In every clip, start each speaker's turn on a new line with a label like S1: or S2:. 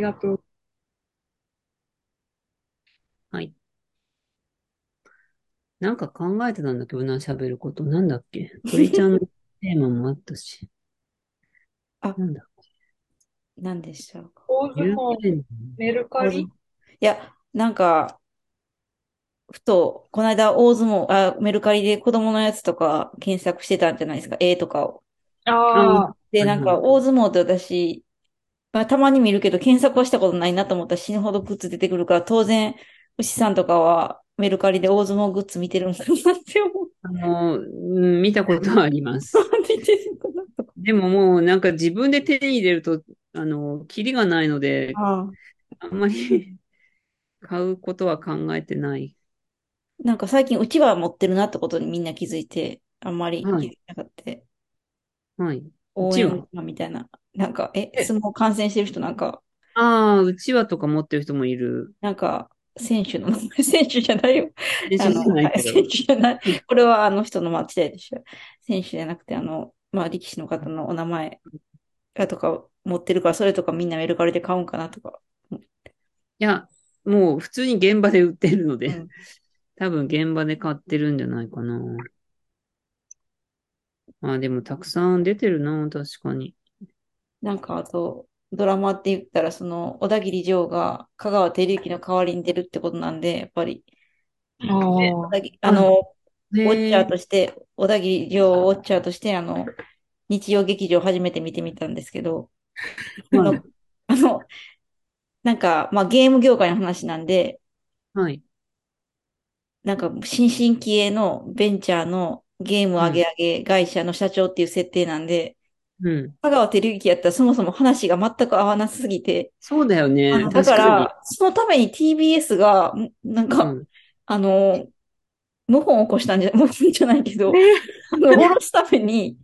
S1: がとう。
S2: はい。なんか考えてたんだけどな、喋ること。なんだっ け鳥ちゃんのテーマもあったし。
S3: あ、
S2: なんだ
S3: 何でしたか。
S1: 大相
S2: 有
S1: 撲、
S2: 名人
S1: メルカ
S3: 大相
S1: リ
S3: 撲いや、なんか、ふと、この間大相撲、あ、メルカリで子供のやつとか検索してたんじゃないですか。絵とかを。
S2: あ
S1: ああ、
S3: で、
S2: はい
S3: な
S2: はい
S3: んか大相撲って私、まあ、たまに見るけど検索はしたことないなと思ったら死ぬほどグッズ出てくるから、当然、牛さんとかはメルカリで大相撲グッズ見てるんだなって思っ
S2: あの、うん見たことはあります。
S3: て、見てるかなとか。
S2: でももうなんか自分で手に入れると、あの、キリがないので、
S3: ああ
S2: あんまり 買うことは考えてない。
S3: なんか最近うちわ持ってるなってことにみんな気づいて、あんまり気
S2: は
S3: づ
S2: い
S3: いなかった。
S2: はい。
S3: 応
S2: うち
S3: 援
S2: わ
S3: 歌みたいな。なんか、え、
S2: え
S3: 相撲観戦してる人なんか、
S2: ああ、うちわとか持ってる人もいる。
S3: なんか、選手の名 前、選手じゃないよ。
S2: 練
S3: あ
S2: 習じゃ
S3: の、
S2: ない
S3: はい
S2: けど。
S3: 選手じゃない。これはあの人の間違いでしょ。選手じゃなくて、あの、まあ、力士の方のお名前がとかを持ってるから、それとかみんなメルカリで買うんかなとか。
S2: いや、もう普通に現場で売ってるの
S3: う
S2: で、
S3: ん
S2: 多分現場で買ってるんじゃないかな。まあでもたくさん出てるな、確かに。
S3: なんか、あと、ドラマって言ったら、その、小田切城が香川照之の代わりに出るってことなんで、やっぱり、小
S1: あ
S3: 田切あの、ウォッチャ
S2: へ
S3: ーとして、小田切城ウォッチャーとして、あの、日曜劇場初めて見てみたんですけど、
S2: え。
S3: あ
S2: は
S3: の
S2: い。、
S3: あのなんか、まあ、ゲーム業界の話なんで、
S2: はい。
S3: なんか、新進気鋭のベンチャーのゲーム上げ上げ会社の社長っていう設定なんで、
S2: うん。
S3: 香川照之やったらそもそも話が全く合わなすぎて、
S2: そうだよ
S3: あ
S2: ね。
S3: のだ
S2: 確
S3: か
S2: かに。
S3: ら、そのために TBS が、んなん
S2: う
S3: か、
S2: ん、
S3: あの、謀反を起こしたんじゃ、 謀反じゃないけど、あの、下ろすために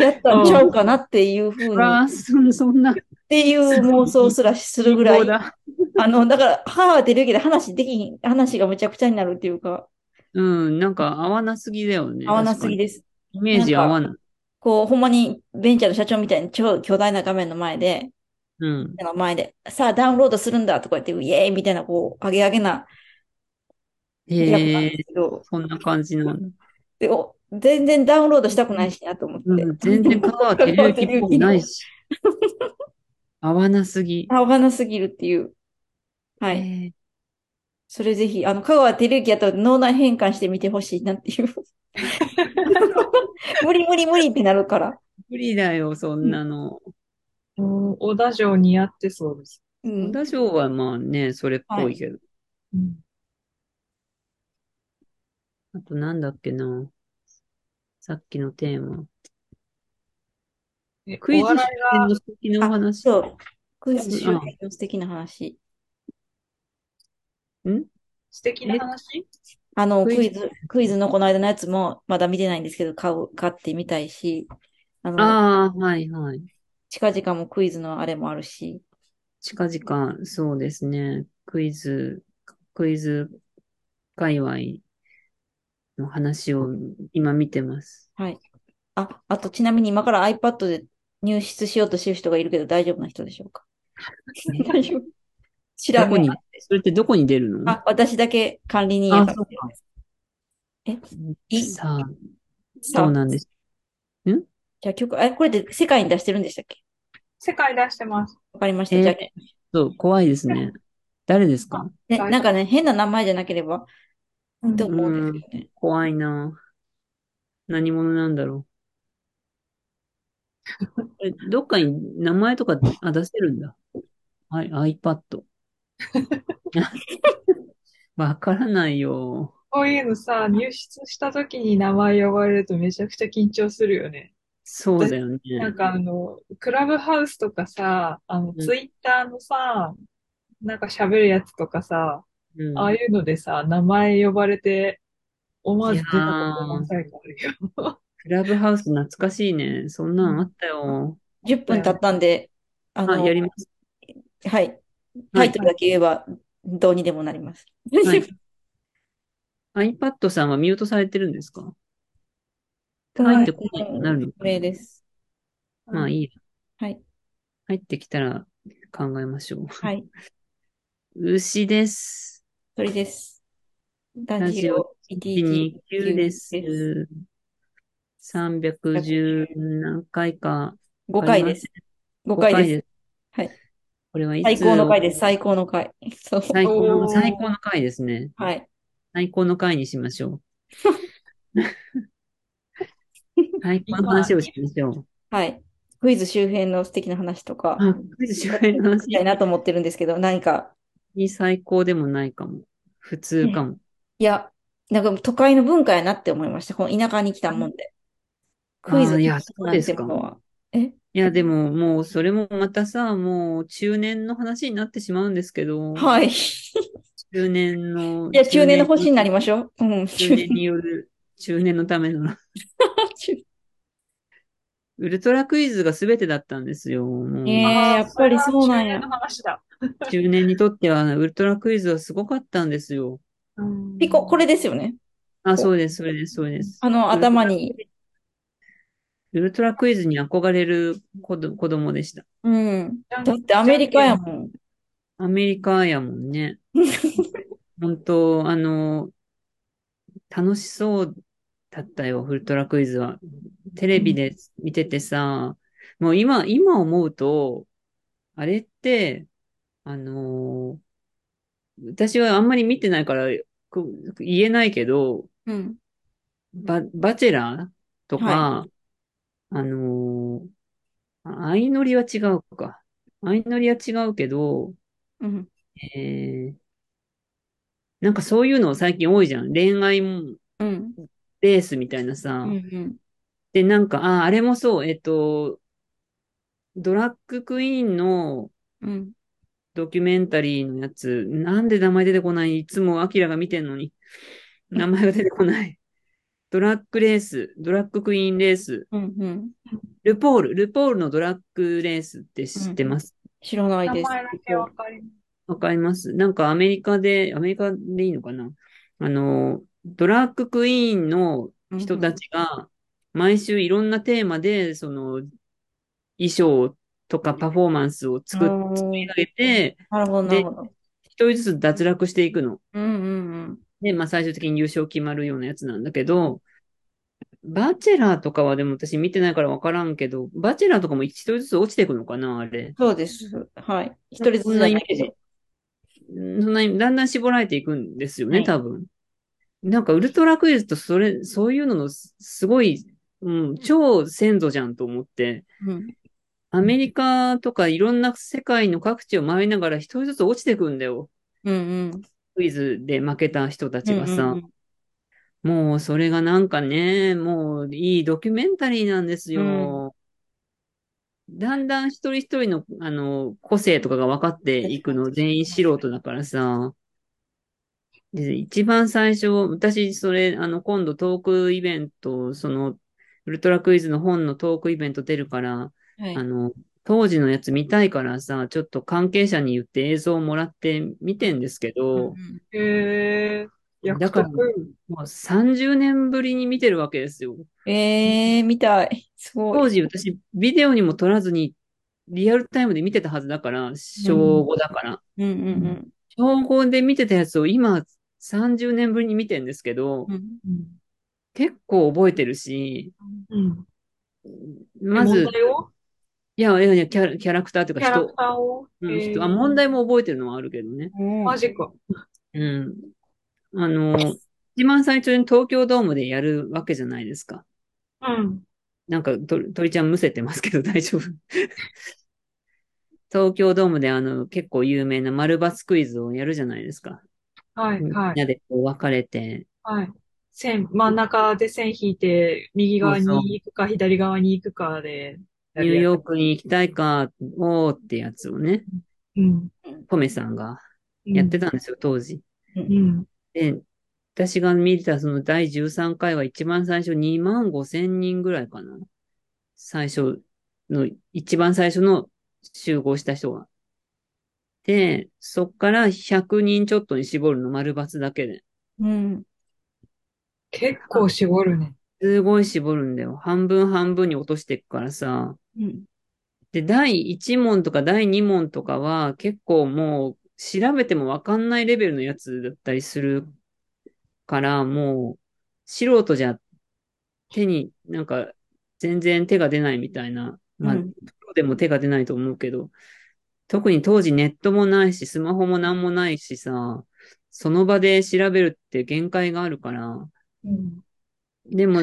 S3: やったんちゃうかなっていうふう
S2: そ
S3: に、っ
S2: ら、そそんな、
S3: ていう妄想すらするぐら
S2: 貧乏
S3: い、
S2: だ。
S3: あの、だから、母は出るけど話できひん、話がむちゃくちゃになるっていうか、
S2: うん、なんか合わなすぎだよね。
S3: 合わなすぎ
S2: で。
S3: です。
S2: イメージ合わない。
S3: こう、ほんまにベンチャーの社長みたいに超巨大な画面の前で、
S2: うん。
S3: の前で、さあダウンロードするんだとか言って、イエーイみたいな、こう、アゲアゲな役なん
S2: へ
S3: で
S2: え、
S3: すけど、
S2: そんな感じなんだ。
S3: でお全然ダウンロードしたくないしなと思って。
S2: うん、全然香川照之っぽくないし。合わなすぎ。
S3: 合わなすぎるっていう。はい。
S2: へ
S3: それぜひ、あの、香川照之やと脳内変換してみてほしいなっていう。無理無理無理ってなるから。
S2: え無理だよ、そんなの。
S1: あ、うん小田城似合ってそうです。
S3: う
S2: 小
S3: ん。
S2: 田城はまあね、それっぽいけど。
S1: うん
S2: あとなんだっけな。さっきのテーマ。
S1: え
S2: クイ
S1: お
S2: ズ
S1: 笑い
S2: 出演の素敵なお話。
S3: そう。クイズ周辺の素敵な話。
S1: 素敵な話
S3: あの、
S2: クイズ
S3: クイズ、クイズのこの間のやつもまだ見てないんですけど、買う、買ってみたいし、あの、
S2: ああ、はいはい。
S3: 近々もクイズのあれもあるし、
S2: 近々、そうですね。クイズ、クイズ界隈の話を今見てます。
S3: あ、あとちなみに今から iPad で入室しようとしてる人がいるけど大丈夫な人でしょ うか大丈夫知ら
S2: ど
S3: ん
S2: こ
S3: が
S2: に、それってどこに出るの
S3: あ、私だけ管理人やから
S2: あそうか
S3: え、い、
S2: さあ、
S3: さ
S2: そうなんです。
S3: じゃあ曲、え、これで世界に出してるんでしたっけ
S1: 世界出してます。
S3: わかりまし
S2: え
S3: た。
S2: ー
S3: じゃあ、
S2: そう、怖いですね。誰ですか
S3: ね、
S1: はい
S3: なんかね、変な名前じゃなければいいと思うんですけどね。
S2: 怖いな。何者なんだろう。これどっかに名前とかあ出せるんだ。はい、iPad。わからないよ。
S1: こういうのさ、入室した時に名前呼ばれるとめちゃくちゃ緊張するよね。
S2: そうだよね。
S1: なんかあの、クラブハウスとかさ、あの、
S2: うん
S1: ツイッターのさ、なんか喋るやつとかさ、
S2: うん
S1: ああいうのでさ、名前呼ばれて、思わず出たこと何回かあるよ。
S2: クラブハウス懐かしいね。そんなんあったよ。
S3: 10分経ったんで、あ
S2: あ、
S3: の、
S2: やります。
S3: はい。タイトルだけ言えば、どうにでもなります。
S2: はい iPad さんはミュートされてるんですか
S3: は
S2: 入
S3: い
S2: ってこないようになるの
S3: 不明です。
S2: まあいいや。
S3: はい。
S2: 入ってきたら考えましょう。
S3: はい。
S2: 牛です。
S3: 鳥です。ラ
S2: ラ
S3: ジ
S2: ジ
S3: オ
S2: オ
S3: ETG
S2: 2級です。310何回か。
S3: 5回です。5
S2: 5
S3: 回
S2: 回
S3: です。
S2: です。
S3: はい。
S2: これはい
S3: 最
S2: つ
S3: 高の回です。最高の回。そう。
S2: 最高
S1: おー
S2: の、最高の回ですね。
S3: はい。
S2: 最高の回にしましょ う。最高の話をしましょう。
S3: はい。クイズ周辺の素敵な話とか、
S2: あ、クイズ周辺の話
S3: したいなと思ってるんですけど、何か、
S2: に最高でもないかも。普通かも。
S3: いや、なんか都会の文化やなって思いました。この田舎に来たもんで。クイズ
S2: あーいや
S3: なん
S2: そうですか
S3: てものは。え
S2: いや、でももうそれもまたさ、もう中年の話になってしまうんですけど、
S3: はい。い
S2: 中年の、
S3: や、中年の星になり
S2: ま
S3: ましょう。うん、
S2: 中
S3: 中
S2: 年による、中年のための、
S3: 中
S2: ウルトラクイズが全てだったんですよ。もう
S3: えー、やっぱりそうなんや
S1: 中年。の話だ。
S2: 中年にとってはウルトラクイズはすごかったんですよ。
S3: ピコ、これですよね。
S2: あ、そうです、それです、そうです。
S3: あの、頭に。
S2: ウルトラクイズに憧れる子ど子供でした。
S3: うん。だってアメリカやもん。
S2: アメリカやもんね。本当、あの、楽しそうだったよ、ウルトラクイズは。テレビで見ててさ、もう今、今思うと、あれって、あのー私はあんまり見てないから、こ言えないけど、
S3: うん。
S2: バ、バチェラーとか、
S3: は
S2: あのーあ相乗りは違うか。相乗りは違うけど、
S3: うん。
S2: えーなんかそういうの最近多いじゃん。恋愛も
S3: うん。
S2: レースみたいなさ
S3: う。ん。
S2: で、なんか、あ、あれもそう、えっと、ドラッグクイーンの
S3: うん。
S2: ドキュメンタリーのやつ、なんで名前出てこないいつもアキラが見てんの に。名前が出てこない。ドラッグレース、ドラッグクイーンレース。
S3: うん。うん。
S2: ルポール、ルポールのドラッグレースって知ってます
S3: 知らない
S1: 名
S3: です。
S1: 前だけわかりま
S2: わかります。なんかアメリカで、アメリカでいいのかなあの、ドラッグクイーンの人たちが、毎週いろんなテーマで、その、衣装とかパフォーマンスを作っ
S3: うん
S2: 作り上げて、
S3: なるほど、なるほど。
S2: 一人ずつ脱落していくの。
S3: うんうん
S2: で、まあ最終的に優勝決まるようなやつなんだけど、バチェラーとかはでも私見てないからわからんけど、バチェラーとかも一人ずつ落ちていくのかなあれ。
S3: そうです。はい。一人ずつじゃないけど。
S2: うんそんなに、だんだん絞られていくんですよ
S3: は
S2: ね、
S3: い
S2: 多分。なんか、ウルトラクイズと、それ、そういうののす、すごい、うん、超先祖じゃんと思って、
S3: うん。
S2: アメリカとかいろんな世界の各地を回りながら一人ずつ落ちていくんだよ。
S3: うんうん。
S2: クイズで負けた人たちがさ。
S3: うんうん
S2: もう、それがなんかね、もう、いいドキュメンタリーなんですよ。だんだん一人一人の、あの、個性とかが分かっていくの、全員素人だからさ。で、一番最初、私、それ、あの、今度トークイベント、その、ウルトラクイズの本のトークイベント出るから、
S3: うんはい
S2: あの、当時のやつ見たいからさ、ちょっと関係者に言って映像もらって見てんですけ
S3: うん
S2: ど、
S1: す。へえ約
S2: だか
S1: 束
S2: ら。もう30年ぶりに見てるわけですよ。
S3: うんええ、みたい。すご
S2: 当
S3: い。
S2: 時私、ビデオにも撮らずに、リアルタイムで見てたはずだから、小5だから。
S3: うんうん
S2: 小5で見てたやつを今、30年ぶりに見てんですけど
S3: う、ん。
S2: 結構覚えてるし、
S1: うん。
S2: まず
S1: 問、題を
S2: いやいやいや、キャラキャラクターという
S1: キ
S2: か
S1: ャラ
S2: 人
S1: ク、ターを
S2: うん
S1: へー
S2: 人あ、問題も覚えてるのはあるけどね。
S3: うん。
S1: マジか。
S2: うん。あの、一番最初に東京ドームでやるわけじゃないですか。
S1: うん。
S2: なんか、と鳥ちゃんむせてますけど 大丈夫東京ドームであの結構有名な丸バツクイズをやるじゃないですか。
S1: はい、
S2: みん
S1: は、
S2: ないでこう分かれて。
S1: はい。線、真ん中で線引いて、右側
S2: そうそう
S1: に行くか、左側に行くかで、
S2: ニューヨークに行きたいか、おーってやつをね、
S1: ーク。うん。
S2: コメさんがやって
S1: た。
S2: たんですよ、当時。
S1: うん。
S2: で、私が見たその第13回は一番最初2万5千人ぐらいかな。最初の、一番最初の集合した人が。で、そっから100人ちょっとに絞るの、丸抜だけで。
S3: うん。
S1: 結構絞るね。
S2: すごい絞るんだよ。半分半分に落としていくからさ。
S3: うん。
S2: で、第1問とか第2問とかは結構もう調べてもわかんないレベルのやつだったりするから、もう素人じゃ手になんか全然手が出ないみたいな、まあ、
S3: う
S2: プ
S3: ん
S2: ロでも手が出ないと思うけど、特に当時ネットもないし、スマホもなんもないしさ、その場で調べるって限界があるから、
S1: うん。
S2: でも、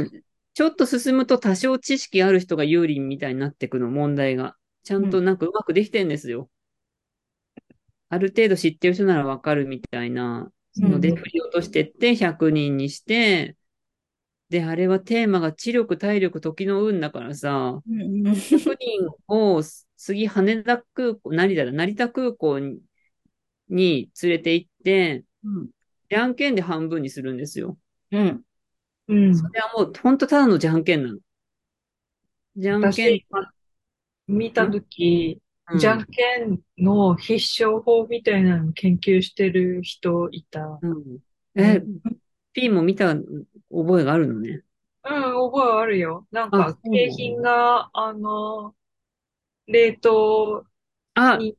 S2: ちょっと進むと多少知識ある人が有利みたいになってくの、問題が。ちゃんとなんかうまくできてんですよ。ある程度知ってる人ならわかるみたいなので、
S1: うん
S2: 振り落としてって100人にして、で、あれはテーマが知力、体力、時の運だからさ、
S3: うん。
S2: 100人を次羽田空港、成田だ、成田空港にに連れて行って、
S1: うん。
S2: じゃんけんで半分にするんですよ。
S3: うん。
S1: うん。
S2: それはもう、ほんとただのじゃんけんなの。じゃんけん
S1: 私、、見たとき、
S2: うん
S1: じゃんけんの必勝法みたいなのを研究してる人いた。
S2: うん
S1: うん
S2: え、ピーも見た覚えがあるのね。
S1: うん、覚えあるよ。なん
S2: あ
S1: か
S2: そう、なんだ
S1: 景品が、あの、冷凍
S2: あ、
S1: に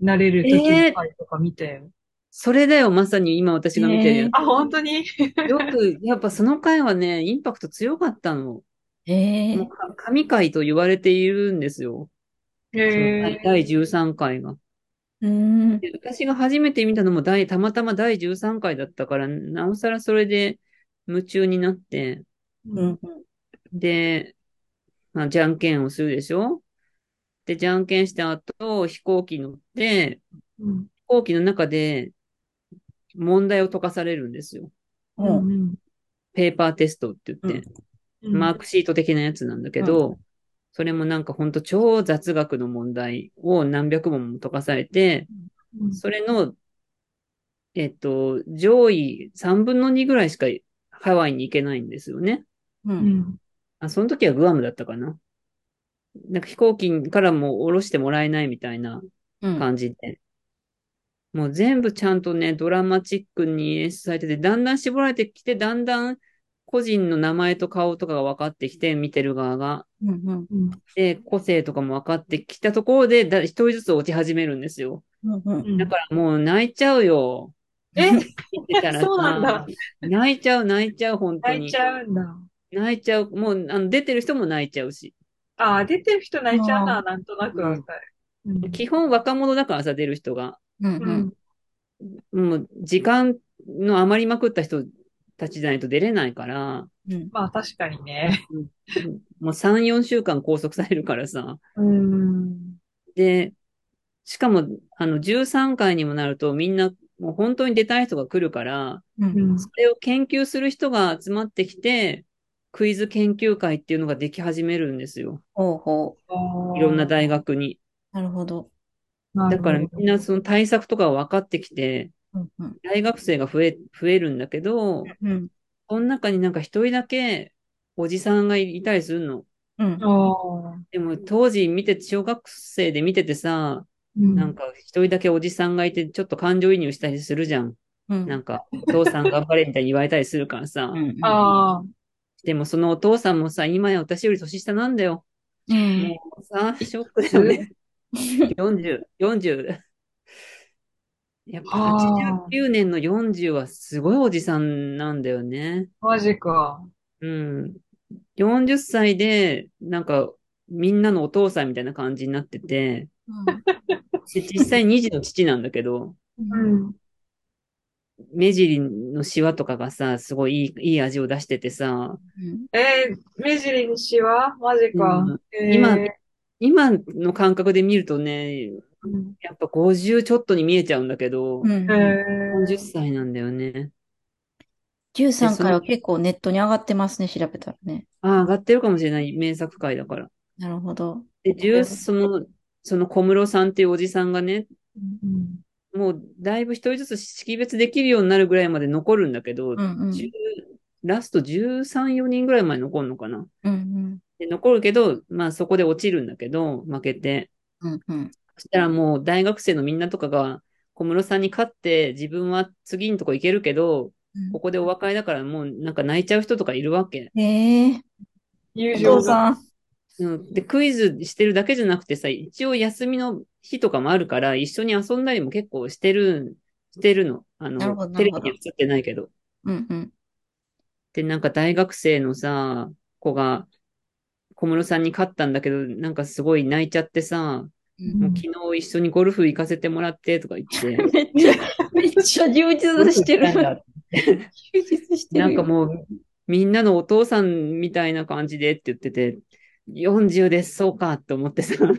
S1: なれる時の回とか見たよ。
S2: それだよ、まさに今私が見てるや
S1: あ、本当に
S2: つ。よく、やっぱその回はね、インパクト強かったの。
S3: ええ
S2: もうか神回と言われているんですよ。その
S1: へ
S2: 第
S1: え。
S2: 第13回が。
S3: うん。
S2: で私が初めて見たのも第、たまたま第13回だったから、なおさらそれで夢中になって、
S3: うん。
S2: で、まあ、じゃんけんをするでしょで、じゃんけんした後、飛行機乗って、
S1: うん。
S2: 飛行機の中で問題を解かされるんですよ。
S1: うん。うん。
S2: ペーパーテストって言って、
S1: うん。
S2: マークシート的なやつなんだけど、それもなんかほんと超雑学の問題を何百問も解かされて、
S1: うん
S2: それの、えっと、上位3分の2ぐらいしかハワイに行けないんですよね。
S3: う。
S1: うんん。
S2: あ、その時はグアムだったかな。なんか飛行機からも降ろしてもらえないみたいな
S3: うん。
S2: 感じで。もう全部ちゃんとね、ドラマチックに演出されてて、だんだん絞られてきて、だんだん個人の名前と顔とかが分かってきて、見てる側が。
S3: うん。
S1: うん。
S2: で、個性とかも分かってきたところで、だ、一人ずつ落ち始めるんですよ。
S3: うん。
S1: うん
S2: だからもう泣いちゃうよ。
S1: え
S2: 見てたら
S1: そうなんだ
S2: さ泣いちゃう、泣いちゃう、本当
S1: 泣い
S2: に
S1: ち。ゃうんだ。
S2: 泣いちゃう。もう、あの、出てる人も泣いちゃうし。
S1: あ、出てる人泣いちゃうの
S3: あ
S1: はなんとなくわかる。うん
S2: 基本若者だからさ、出る人が。
S3: うん。
S1: う
S3: うんん。
S2: もう時間の余りまくった人たちじゃないと出れないから、
S1: まあ確かにね。
S2: もう3、4週間拘束されるからさ。
S1: うん。
S2: で、しかも、あの、13回にもなるとみんな、もう本当に出たい人が来るから、
S3: うん。
S2: それを研究する人が集まってきて、クイズ研究会っていうのができ始めるんですよ。
S3: ほうほ
S2: いろんな
S1: だ
S2: 大学に。
S3: う。なるほど。
S2: だからみんなその対策とか分かってきて、
S3: うん。うん。
S2: 大学生が増え、増えるんだけど、
S3: うん。
S2: その中になんか一人だけおじさんがいたりするの。
S3: うん。
S1: ああ。
S2: でも当時見て、小学生で見ててさ、
S1: うん
S2: なんか一人だけおじさんがいて、ちょっと感情移入したりするじゃん。
S3: うん。
S2: なんか、お父さん頑張れみたいに言われたりするからさ
S3: う。ん。
S1: ああ。
S2: でもそのお父さんもさ、今や私より年下なんだよ。
S3: うん。
S2: もうさ、ショックだよね。40、40。やっぱ
S1: あ
S2: 89年の40はすごいおじさんなんだよね。
S1: マジか。
S2: うん。40歳で、なんか、みんなのお父さんみたいな感じになってて、で実際2児の父なんだけど、
S1: うん。
S2: 目尻のシワとかがさ、すごいいい、いい味を出しててさ、
S1: えー、目尻にシワマジか
S2: うん。
S1: えー
S2: 今今の感覚で見るとね、
S1: うん
S2: やっぱ50ちょっとに見えちゃうんだけど、
S1: え
S2: 40歳なんだよね。
S3: 13回は結構ネットに上がってますね、調べたらね。
S2: ああ、上がってるかもしれない。名作回だから。
S3: なるほど。
S2: で、10、その、その小室さんっていうおじさんがね、
S1: うん
S2: もうだいぶ一人ずつ識別できるようになるぐらいまで残るんだけど、
S3: うんうん。
S2: 10ラスト13、4人ぐらいまで残るのかな。
S3: うん
S2: で残るけど、まあそこで落ちるんだけど、負けて。
S3: うん。うんうん。
S2: そしたらもう大学生のみんなとかが小室さんに勝って自分は次のとこ行けるけど、ここでお別れだからもうなんか泣いちゃう人とかいるわけ。
S3: ええ
S1: 友
S3: お
S1: 情
S3: 父
S1: が。
S3: さん。
S2: うん、で、クイズしてるだけじゃなくてさ、一応休みの日とかもあるから、一緒に遊んだりも結構してる、してるの。あ
S3: なるほ
S2: の、
S3: ど
S2: テレビ
S3: なるほ
S2: に
S3: ど
S2: 映ってないけど。
S3: うんうん。
S2: で、なんか大学生のさ、子が、小室さんに勝ったんだけど、なんかすごい泣いちゃってさ、
S3: うん
S2: もう昨日一緒にゴルフ行かせてもらってとか 言って、
S3: めっちゃ、めっちゃ充実してる。充実してるよ。
S2: なんかもう、みんなのお父さんみたいな感じでって言ってて、40です、そうかって思ってさ、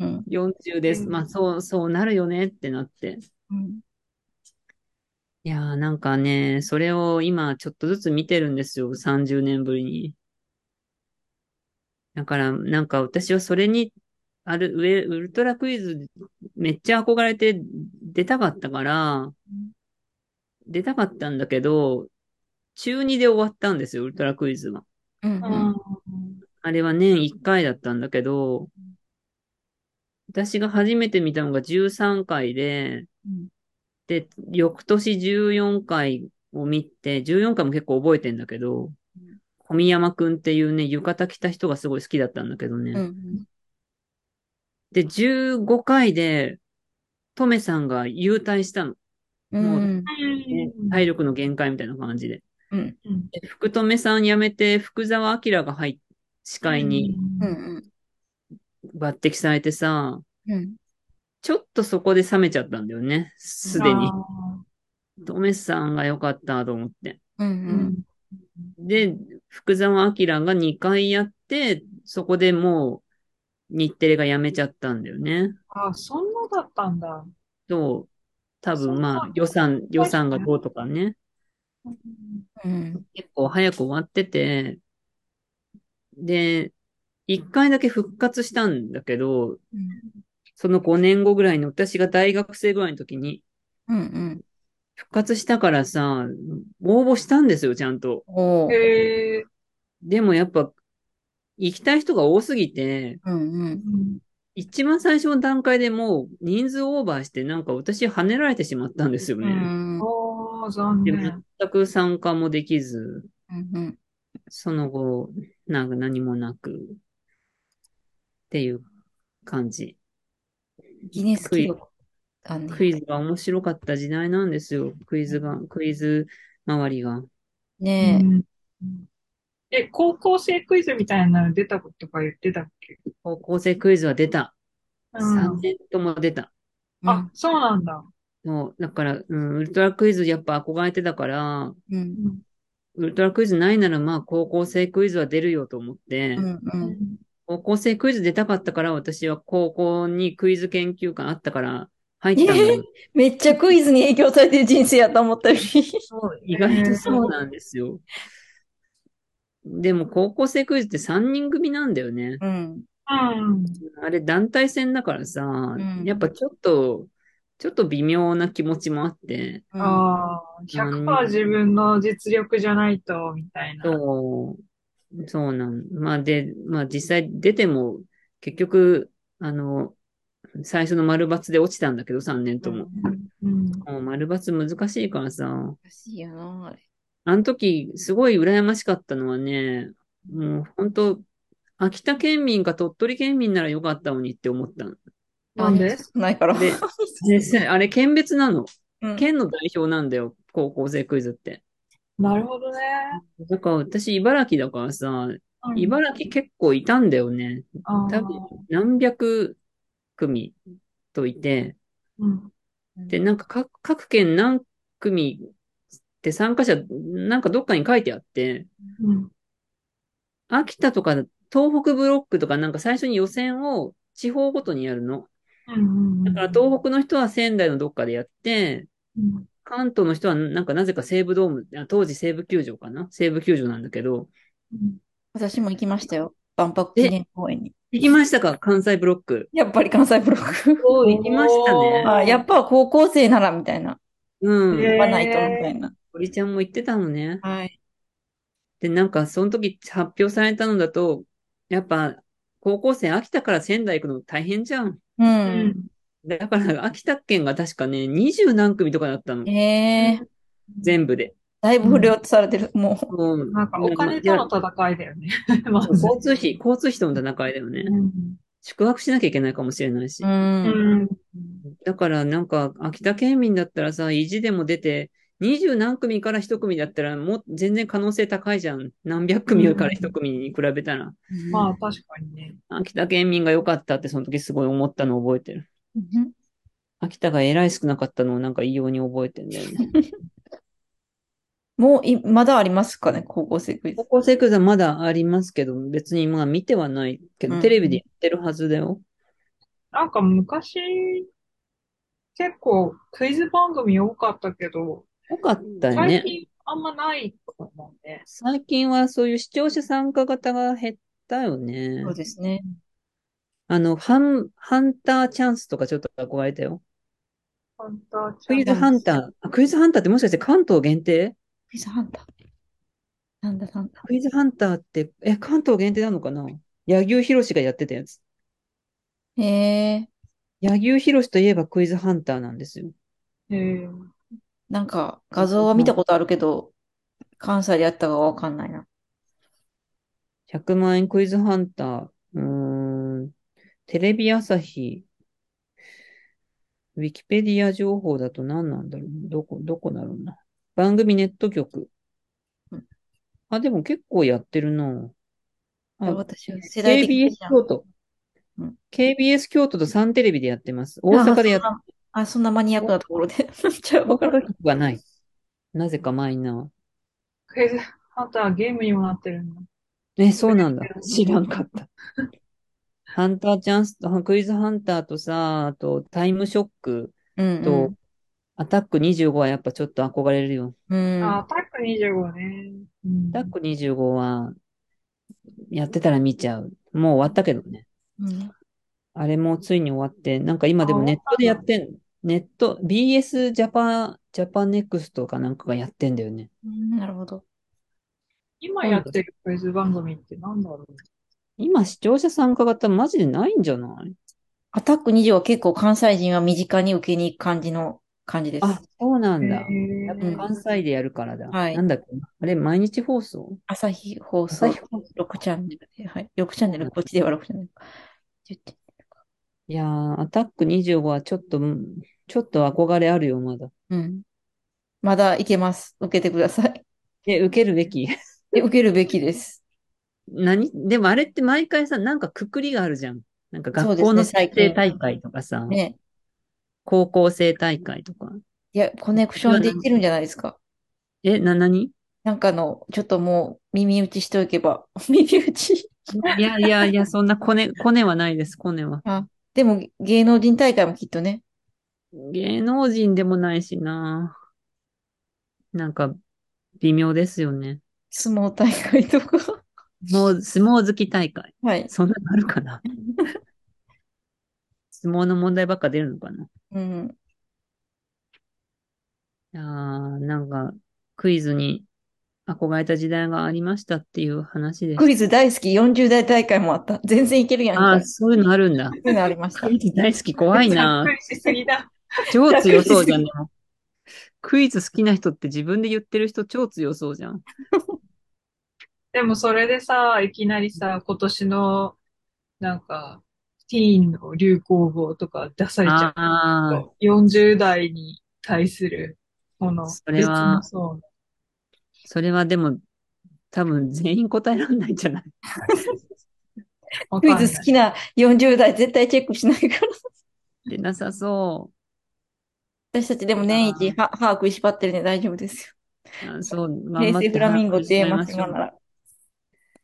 S3: うん、
S2: 40です、まあそう、そうなるよねってなって。
S3: うん。
S2: いやーなんかね、それを今ちょっとずつ見てるんですよ、30年ぶりに。だから、なんか私はそれに、ある、上、ウルトラクイズめっちゃ憧れて出たかったから、出たかったんだけど、中2で終わったんですよ、ウルトラクイズは。
S3: うんうん。
S1: う
S2: あれは年1回だったんだけど、私が初めて見たのが13回で、
S3: うん
S2: で、翌年14回を見て、14回も結構覚えてんだけど、小宮山くんっていうね、浴衣着た人がすごい好きだったんだけどね。
S3: うんうん。
S2: で、15回で、トメさんが優退したの、
S3: うん
S2: ね
S1: ん。
S2: 体力の限界みたいな感じで。
S3: うん
S1: うん。
S2: で福留さん辞めて、福沢明が入っ司会に
S3: う
S1: うん
S3: ん
S2: 抜擢されてさ、
S3: うん。
S2: ちょっとそこで冷めちゃったんだよね、すでに
S1: あ。ー
S2: トメさんが良かったと思って。
S3: うんうん。
S2: で、福沢明が2回やって、そこでもう日テレが辞めちゃったんだよね。
S1: あ、そんなだったんだ。
S2: と、多
S1: そう
S2: 分
S1: なん
S2: ま
S1: だ
S2: あ予算、予算がどうとかね、
S3: うん
S2: 結構早く終わってて、で、1回だけ復活したんだけど、その5年後ぐらいの私が大学生ぐらいの時に、
S3: うんうん。
S2: 復活したからさ、応募したんですよ、ちゃんと。
S3: おう
S1: へえ。
S2: でもやっぱ、行きたい人が多すぎて、
S3: うんうん。
S1: うん
S2: 一番最初の段階でもう人数オーバーして、なんか私跳ねられてしまったんですよ
S3: う
S2: ね。
S3: ん
S1: ああ、残
S2: で
S1: 念。
S2: 全く参加もできず、
S3: うん。
S2: その後、なんか何もなく、っていう感じ。
S3: ギネス記録あんね
S2: クイズが面白かった時代なんですよ。クイズが、クイズ周りが。
S3: ね
S1: うんえ、高校生クイズみたいなの出たことか言ってたっけ
S2: 高校生クイズは出た。
S1: うん
S2: 3年とも出た。
S3: え。
S1: あ、そうなんだ。
S2: そうだから、うん、ウルトラクイズやっぱ憧れてたから、
S3: うん
S1: うん
S2: ウルトラクイズないならまあ高校生クイズは出るよと思って、
S3: うんうん。
S2: 高校生クイズ出たかったから私は高校にクイズ研究会あったから入ったのよ。
S3: めっちゃクイズに影響されてる人生やと思ったより。
S2: そう意外とそうなんですよ。でも高校生クイズって3人組なんだよね。
S3: うん。
S1: うん。
S2: あれ団体戦だからさ、
S3: ん
S2: やっぱちょっと、ちょっと微妙な気持ちもあって、
S3: あ。
S1: ああ、100%自分の実力じゃないと、みたいな。
S2: そう、そうなん。まあで、まあ実際出ても、結局、あの、最初の丸抜で落ちたんだけど、3年とも。
S1: うん。
S2: もう丸抜難しいからさ、
S3: おかしいよな、あれ。
S2: あの時、すごい羨ましかったのはね、もう本当秋田県民か鳥取県民ならよかったのにって思ったの。
S1: なんで
S3: ないから。
S2: で、実際あれ県別なの。
S3: うん
S2: 県の代表なんだよ、高校生クイズって。
S1: なるほどね。
S2: だから私、茨城だからさ、
S1: うん
S2: 茨城結構いたんだよね。
S1: あー
S2: 多分何百組といて、
S1: うん
S2: で、なんか各各県何組って参加者、なんかどっかに書いてあって、
S1: うん
S2: 秋田とか東北ブロックとかなんか最初に予選を地方ごとにやるの。
S1: うん
S2: だから東北の人は仙台のどっかでやって、
S1: うん
S2: 関東の人はなんかなぜか西武ドーム、あ当時西武球場かな西武球場なんだけど、
S1: うん
S3: 私も行きましたよ。万博記念公園に。
S2: 行きましたか関西ブロック。
S3: やっぱり関西ブロック。
S2: お行きましたね。
S3: あやっぱ高校生ならみたいな。
S2: うん。
S1: へー
S3: 言わないとみたいな。
S2: 堀ちゃんも行ってたのね。
S3: はい。
S2: で、なんか、その時発表されたのだと、やっぱ、高校生秋田から仙台行くの大変じゃん。
S3: う。
S1: うんん
S2: だから、秋田県が確かね、二十何組とかだったの。
S3: ええ。
S2: 全部で。
S3: だいぶ不良とされてる、もう。
S2: もう、
S1: なんかお金との戦いだよね。まず。
S2: 交通費、交通費との戦いだよね。宿泊しなきゃいけないかもしれないし
S3: う。。
S1: うんん。
S2: だからなんか、秋田県民だったらさ、意地でも出て、二十何組から一組だったら、もう全然可能性高いじゃん。何百組から一組に比べたら。
S1: まあ確かにね。
S2: 秋田県民が良かったってその時すごい思ったのを覚えてる。
S3: うん
S2: 秋田が偉い少なかったのをなんか異様に覚えてんだよ ね。
S3: もうい、まだありますかね、高校生クイズ
S2: 高。校生クイズはまだありますけど、別にまあ見てはないけ
S3: う
S2: ど、
S3: ん
S2: テレビでやってるはずだよ。
S1: なんか昔、結構クイズ番組多かったけど、
S2: よかったよ
S1: 最
S2: ね。
S1: 近あんまないかもね。
S2: 最近はそういう視聴者参加型が減ったよね
S3: そう。ですね。
S2: あの、ハン、ハンターチャンスとかちょっと憧れたよ。
S1: ハンターち
S2: ク
S1: ゃん
S2: イズハンター。あクイズハンターってもしかして関東限定
S3: クイズハンター。なんだなんだ。
S2: クイズハンターって、え、関東限定なのかな柳生博がやってたやつ。
S3: へえ。
S2: 柳生博といえばクイズハンターなんですよ。
S1: ええ
S3: なんか、画像は見たことあるけど、関西でやったかわかんないな。
S2: 100万円クイズハンター。うーん。テレビ朝日。ウィキペディア情報だと何なんだろうどこ、どこだろうな。番組ネット局
S3: うん。
S2: あ、でも結構やってるな。あ
S3: 私は世代的に
S2: KBS
S3: じゃん
S2: 京都
S3: うん。
S2: KBS 京都とサンテレビでやってます。大阪でやっ
S3: あそんなあ、そんなマニアックなところで。 めっちゃ
S2: 大
S3: わかる。
S2: 阪局がない。なぜかマイナ
S1: クイズハンターゲームにもなってるんだ。
S2: ー。え、そう なんだ。知らんかった。ハンターチャンスと、クイズハンターとさ、あとタイムショック
S3: うん
S2: と、アタック25はやっぱちょっと憧れるよ。
S3: うん。
S1: あ、アタック25ね。うん
S2: アタック25は、やってたら見ちゃう。もう終わったけどね。
S3: うん。
S2: あれもついに終わって、なんか今でもネットでやってんの。ネット、BS ジャパ、ジャパネクストかなんかがやってんだよね。
S3: うんなるほど。
S1: 今やってるクイズ番組ってなんだろう。
S2: 今視聴者参加型マジでないんじゃない
S3: アタック20は結構関西人は身近に受けに行く感じの感じです。
S2: あ、そうなんだ。
S1: へ
S2: やっ
S1: え
S2: ぱ関西でやるからだ。
S3: はい
S2: なんだっけあれ、毎日放送
S3: 朝日放送
S2: 朝日放送
S3: 6チャンネルで、はい。6チャンネル、こっちでは6チャンネルか。10チャンネルか
S2: いやー、アタック25はちょっと、うんちょっと憧れあるよ、まだ。
S3: うん。まだいけます。受けてください。
S2: え、受けるべき。
S3: で受けるべきです。
S2: 何でもあれって毎回さ、なんかくくりがあるじゃん。なんか
S3: そ
S2: 学
S3: うですね
S2: 校の学
S3: 最
S2: 生
S3: 近
S2: 大会とかさ、
S3: ね。
S2: 高校生大会とか。
S3: いや、コネクションできるんじゃないですか。
S2: え、な、何
S3: なんかの、ちょっともう耳打ちしておけば。 耳打ち。
S2: いやいや いや、そんなコネ、コネはないです、コネは。
S3: でも芸能人大会もきっとね。
S2: 芸能人でもないしな。なんか、微妙ですよね。
S3: 相撲大会とか。
S2: もう、相撲好き大会。
S3: はい。
S2: そんなのあるかな 相撲の問題ばっか出るのかな
S3: うん。
S2: あーなんか、クイズに憧れた時代がありましたっていう話です。
S3: クイズ大好き40代大会もあった。全然いけるやん
S2: ああ、
S3: み
S2: そういうのあるんだ。
S3: たいなそういうのありました
S2: ク。イズ大好き、怖い な
S1: ざ。っくりしすぎだ。
S2: 超強そうじゃん。でも クイズ好きな人って自分で言ってる人超強そうじゃん。
S1: でもそれでさ、いきなりさ、今年の、なんか、ティーンの流行語とか出されちゃ
S2: ああ、
S1: う。40代に対する、この、
S2: それは
S1: 別のそう
S2: それはでも、多分全員答えられないんじゃない
S1: わ
S3: ク
S1: かん
S3: イ
S1: ない
S3: ズ好きな40代絶対チェックしないから。
S2: でなさそ
S3: 私たちでも年一は歯食いしばってるんで大丈夫です
S2: う。あそう、
S3: よ。
S2: ま
S3: 平成フラミンゴって言えます、
S2: ま
S3: 今なら。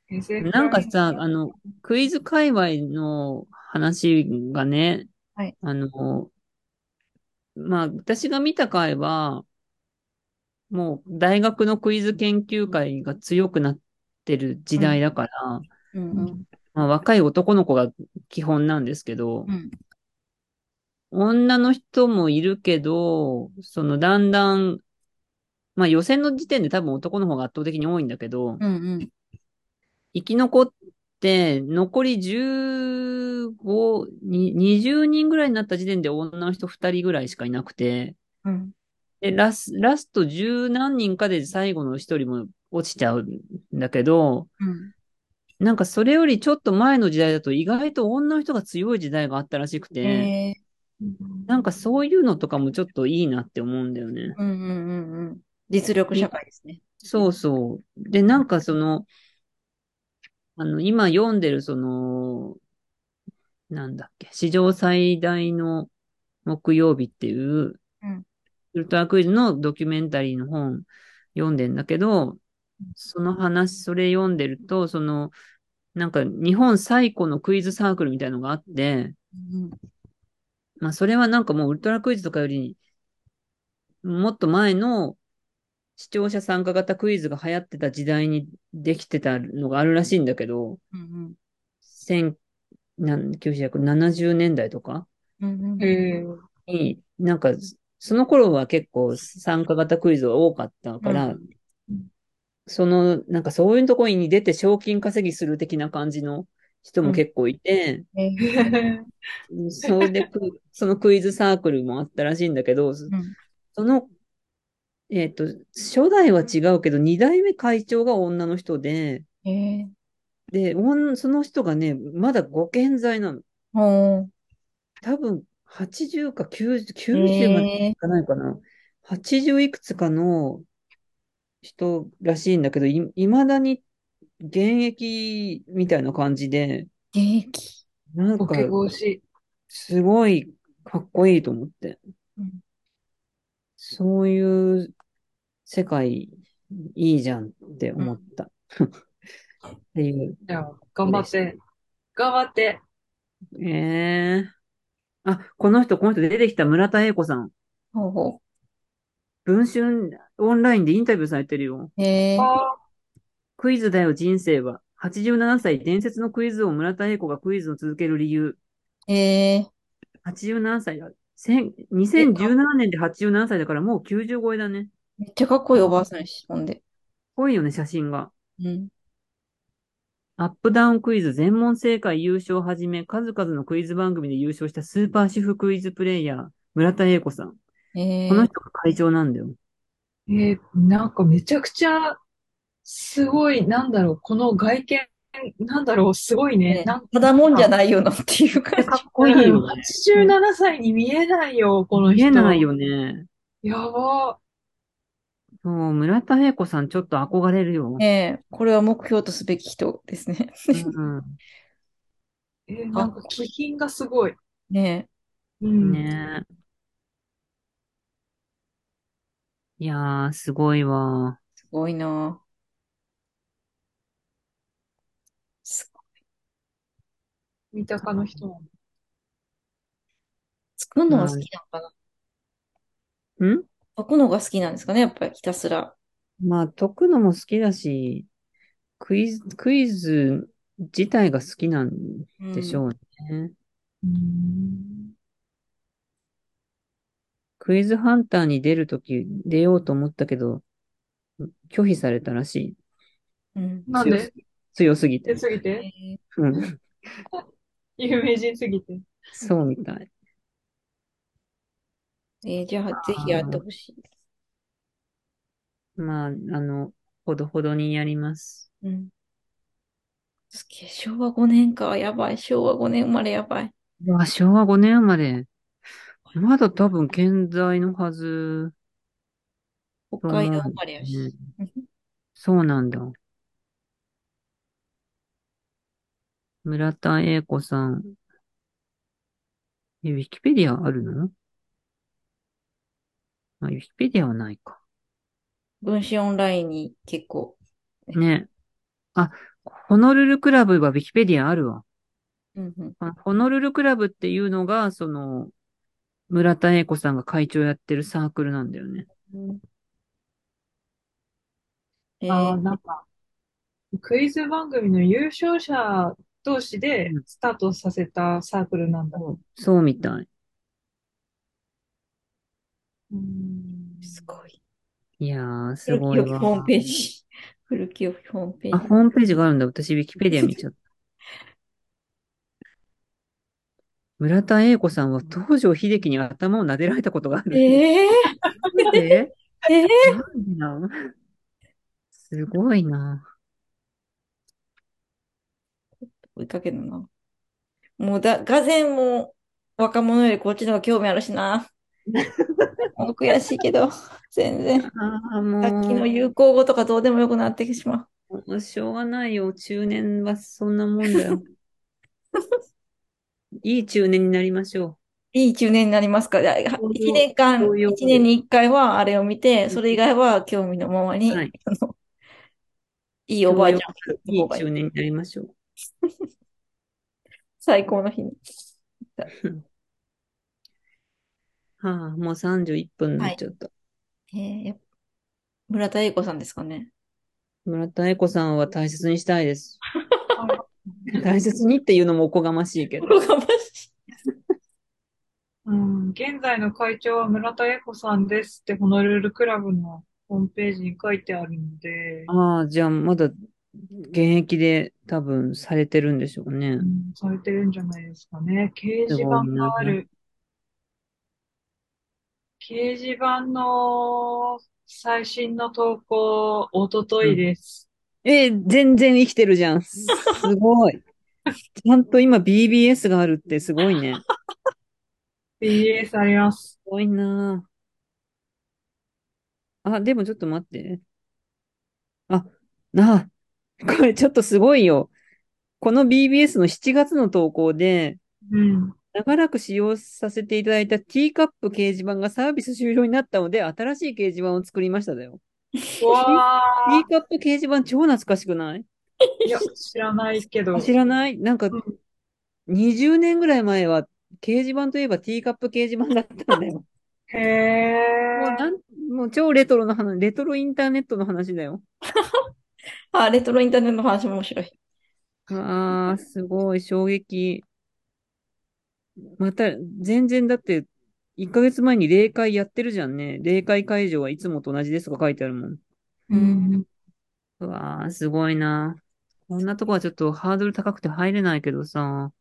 S1: 平成
S2: なんかさ、あの、クイズ界隈の話がね、
S3: はい
S2: あの、まあ、私が見た回は、もう大学のクイズ研究会が強くなってる時代だから、
S3: うんうん。
S2: まあ、若い男の子が基本なんですけど、
S3: うん
S2: 女の人もいるけど、そのだんだん、まあ予選の時点で多分男の方が圧倒的に多いんだけど、
S3: うんうん。
S2: 生き残って、残り15、に20人ぐらいになった時点で女の人2人ぐらいしかいなくて、
S3: うん。
S2: で、ラス、ラスト十何人かで最後の一人も落ちちゃうんだけど、
S1: うん。
S2: なんかそれよりちょっと前の時代だと意外と女の人が強い時代があったらしく
S3: え
S2: て、
S3: え
S2: なんかそういうのとかもちょっといいなって思うんだよね。
S3: うんうんうんうん。実力社会ですね。
S2: そうそう。で、なんかその、あの、今読んでるその、なんだっけ、史上最大の木曜日っていう
S3: うん、
S2: ウルトラクイズのドキュメンタリーの本読んでんだけど、その話、それ読んでると、その、なんか日本最古のクイズサークルみたいのがあって、
S3: うん
S2: まあ、それはなんかもうウルトラクイズとかより、もっと前の視聴者参加型クイズが流行ってた時代にできてたのがあるらしいんだけど、
S3: うん
S2: 1970年代とか
S3: うん
S1: へえ
S2: に、なんか、その頃は結構参加型クイズが多かったから、
S3: う
S2: その、なんかそういうところに出て賞金稼ぎする的な感じの人も結構いて、それでく、そのクイズサークルもあったらしいんだけど、その、えっ、と、初代は違うけど、二代目会長が女の人で、
S3: ええ
S2: で、おんその人がね、まだご健在なの。
S3: ほ
S2: 多分、80か90、
S3: う
S2: 90まで
S3: ええ
S2: いかないかな。80いくつかの人らしいんだけど、い、未だに現役みたいな感じで、
S3: 現役。
S2: なん
S1: ボ
S2: か、
S1: ケ防止。
S2: すごいかっこいいと思って
S3: うん。
S2: そういう世界いいじゃんって思った。っていう。
S1: じゃあ、頑張って。頑張って。
S2: ええあ、この人、この人出てきた村田英子さん。
S3: ほうほ
S2: 文春オンラインでインタビューされてるよ。
S3: う。ええ
S1: あ
S2: クイズだよ、人生は。87歳、伝説のクイズ王村田英子がクイズを続ける理由。
S3: ええ
S2: 87歳だ。千2017年で87歳だからもう90超えだね。
S3: めっちゃかっこいいおばあさんやし、ほんで。
S2: 濃いよね、写真が。
S3: うん。
S2: アップダウンクイズ全問正解優勝をはじめ、数々のクイズ番組で優勝したスーパー主婦クイズプレイヤー、村田英子さん。
S3: ええ
S2: この人が会長なんだよ。
S1: えーなんかめちゃくちゃ、すごい、なんだろう、この外見、なんだろう、すごいね。
S3: ね
S1: なん
S3: ただもんじゃないよなっていう感じ。
S2: かっこいいよね。
S1: 87歳に見えないよ、この
S2: 見
S1: 人。
S2: えない。よね。
S1: やば。
S2: そう、村田英子さんちょっと憧れるよ。
S3: ええこれは目標とすべき人ですね。
S1: えーなんか気品がすごい。
S3: ね
S1: う。
S2: うんん、ねえいやー、すごいわ。
S3: えすごいなぁす
S1: 三鷹の人なの
S3: 作るのが好きなのかな
S2: うん
S3: 解くのが好きなんですかねやっぱりひたすら。
S2: まあ、解くのも好きだし、クイズ、クイズ自体が好きなん
S3: うん
S2: でしょうね。
S1: うん。
S2: クイズハンターに出るとき、出ようと思ったけど、拒否されたらしい。
S3: うん。
S1: なんで
S2: 強すぎ
S1: 出
S2: て。
S1: すぎ
S3: え
S1: て
S3: え
S2: うん。
S1: 有名人すぎて。
S2: そうみたい。
S3: ええじゃあ、ぜひやってほしい。
S2: まあ、あの、ほどほどにやります。
S3: うん。すげえ、昭和5年か。やばい。昭和5年生まれやばい。
S2: うわ、昭和5年生まれ。まだ多分健在のはず。
S3: 北海道生まれや
S2: うん
S3: し。
S2: そうなんだ。村田英子さん。え、ウィキペディアあるのあ、ウィキペディアはないか。
S3: 文春オンラインに結構。
S2: ね。あ、ホノルルクラブはウィキペディアあるわ。
S3: うんうん。
S2: あホノルルクラブっていうのが、その、村田英子さんが会長やってるサークルなんだよね。
S3: うんえ
S1: ああ、
S3: ー
S1: なんか、クイズ番組の優勝者同士で
S2: うん
S1: スタートさせたサークルなんだ。
S2: そうみたい。
S1: うん
S3: すごい。
S2: いやー、す
S3: 古
S2: ご
S3: き
S2: い
S3: 良き
S2: わ。
S3: ホームページ。 古き良きホームペ
S2: あ、
S3: ージ。
S2: ホームページがあるんだ。私、ウィキペディア見ちゃった。村田英子さんは東條英機に頭を撫でられたことがある。
S3: ええ
S2: なんで
S3: えー
S2: なんでなのすごいな。
S3: 追いかけるな。もうだ、がぜんも若者よりこっちの方が興味あるし な。もう悔しいけど、全然。さ
S2: ああ、もう。
S3: っきの有効語とかどうでもよくなってしまう。
S2: もうしょうがないよ。中年はそんなもんだ よ。いい中年になりましょ
S3: いい中年になりますかじゃあ、1
S2: そういう
S3: 年間、
S2: そういう
S3: 1年に1回はあれを見て、それ以外は興味のままに、
S2: はい。
S3: あの いいうおばあちゃん
S2: いい中年になりましょう。
S3: 最高の日に。
S2: はあ、もう31分になっちゃった。
S3: えーやっぱ村田英子さんですか ね。
S2: 村田愛子さんは大切にしたいです。大切にっていうのもおこがましいけど。
S3: 心がましい
S1: うん、現在の会長は村田英子さんですってホノルルクラブのホームページに書いてあるので、
S2: ああ、じゃあまだ現役で多分されてるんでしょうね
S1: う。ん、されてるんじゃないですかね。掲示板がある。掲示板の最新の投稿、おとといです。
S2: えー全然生きてるじゃん。すごい。ちゃんと今 BBS があるってすごいね。
S1: BS あります。
S2: すごいなあ。あ、でもちょっと待って。あ、なあ。こ れちょっとすごいよ。この BBS の7月の投稿で、
S1: うん。
S2: 長らく使用させていただいたティーカップ掲示板がサービス終了になったので、新しい掲示板を作りましただよ。
S1: うわ
S2: ティ
S1: ー
S2: ーカップ掲示板超懐かしくない
S1: いや、知らないけ ど。
S2: 知らないなんか
S1: うん、
S2: 20年ぐらい前は、掲示板といえばティーカップ掲示板だったんだよ。 も
S1: へえ。
S2: うなん、もう超レトロの話、レトロインターネットの話だよ。
S3: あ、レトロインターネットの話も面白い。
S2: ああ、すごい、衝撃。また、全然だって、1ヶ月前に霊界やってるじゃんね。霊界会場はいつもと同じですとか書いてあるもん。
S3: うん。
S2: うわあ、すごいな。こんなとこはちょっとハードル高くて入れないけどさ。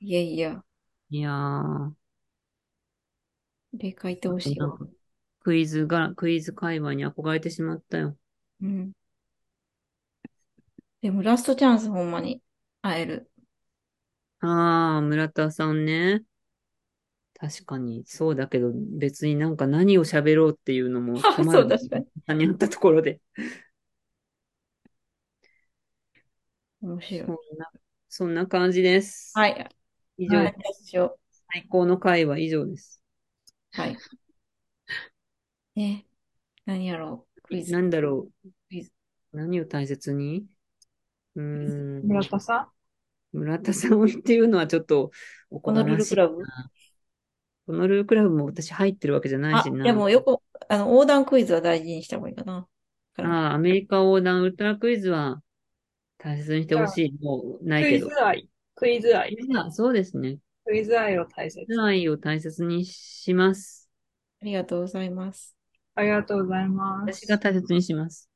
S3: いやいや、
S2: いやー、
S3: 霊界行ってほしい
S2: なん
S3: よ。
S2: かクイズが、クイズ界隈に憧れてしまったよ。
S3: うん。でもラストチャンスほんまに会える。
S2: ああ、村田さんね。確かに、そうだけど、別になんか何を喋ろうっていうのも困
S3: そう、
S2: る。
S3: 確かに。
S2: 他にあったところで。
S3: 面白い
S2: そん。な、そんな感じです。
S3: はい。
S2: 以
S3: は
S2: 上
S3: い、、私を
S2: 最高の回は以上です。
S3: はい。ね、何やろう。クイズ。
S2: なんだろ
S3: クイズ
S2: う。何を大切にうーん。
S1: 村田さん
S2: 村田さんっていうのはちょっとお
S3: こ
S2: こ
S3: の
S2: が
S3: ルー
S2: ま
S3: ル
S2: し
S3: ク
S2: い。
S3: ラブ
S2: このルールクラブも私入ってるわけじゃない
S3: あ、
S2: しな。
S3: でもよく、あの、横断クイズは大事にした方がいいかな。
S2: ああアメリカ横断ウルトラクイズは大切にしてほしい。もうない
S1: ク
S2: け
S1: イ
S2: ど
S1: ズ。愛。クイズ愛。
S2: いやそうですね。
S1: クイズ愛を大切に。
S2: 愛を大切にします。
S3: ありがとうございます。
S1: ありがとうございます。
S2: 私が大切にします。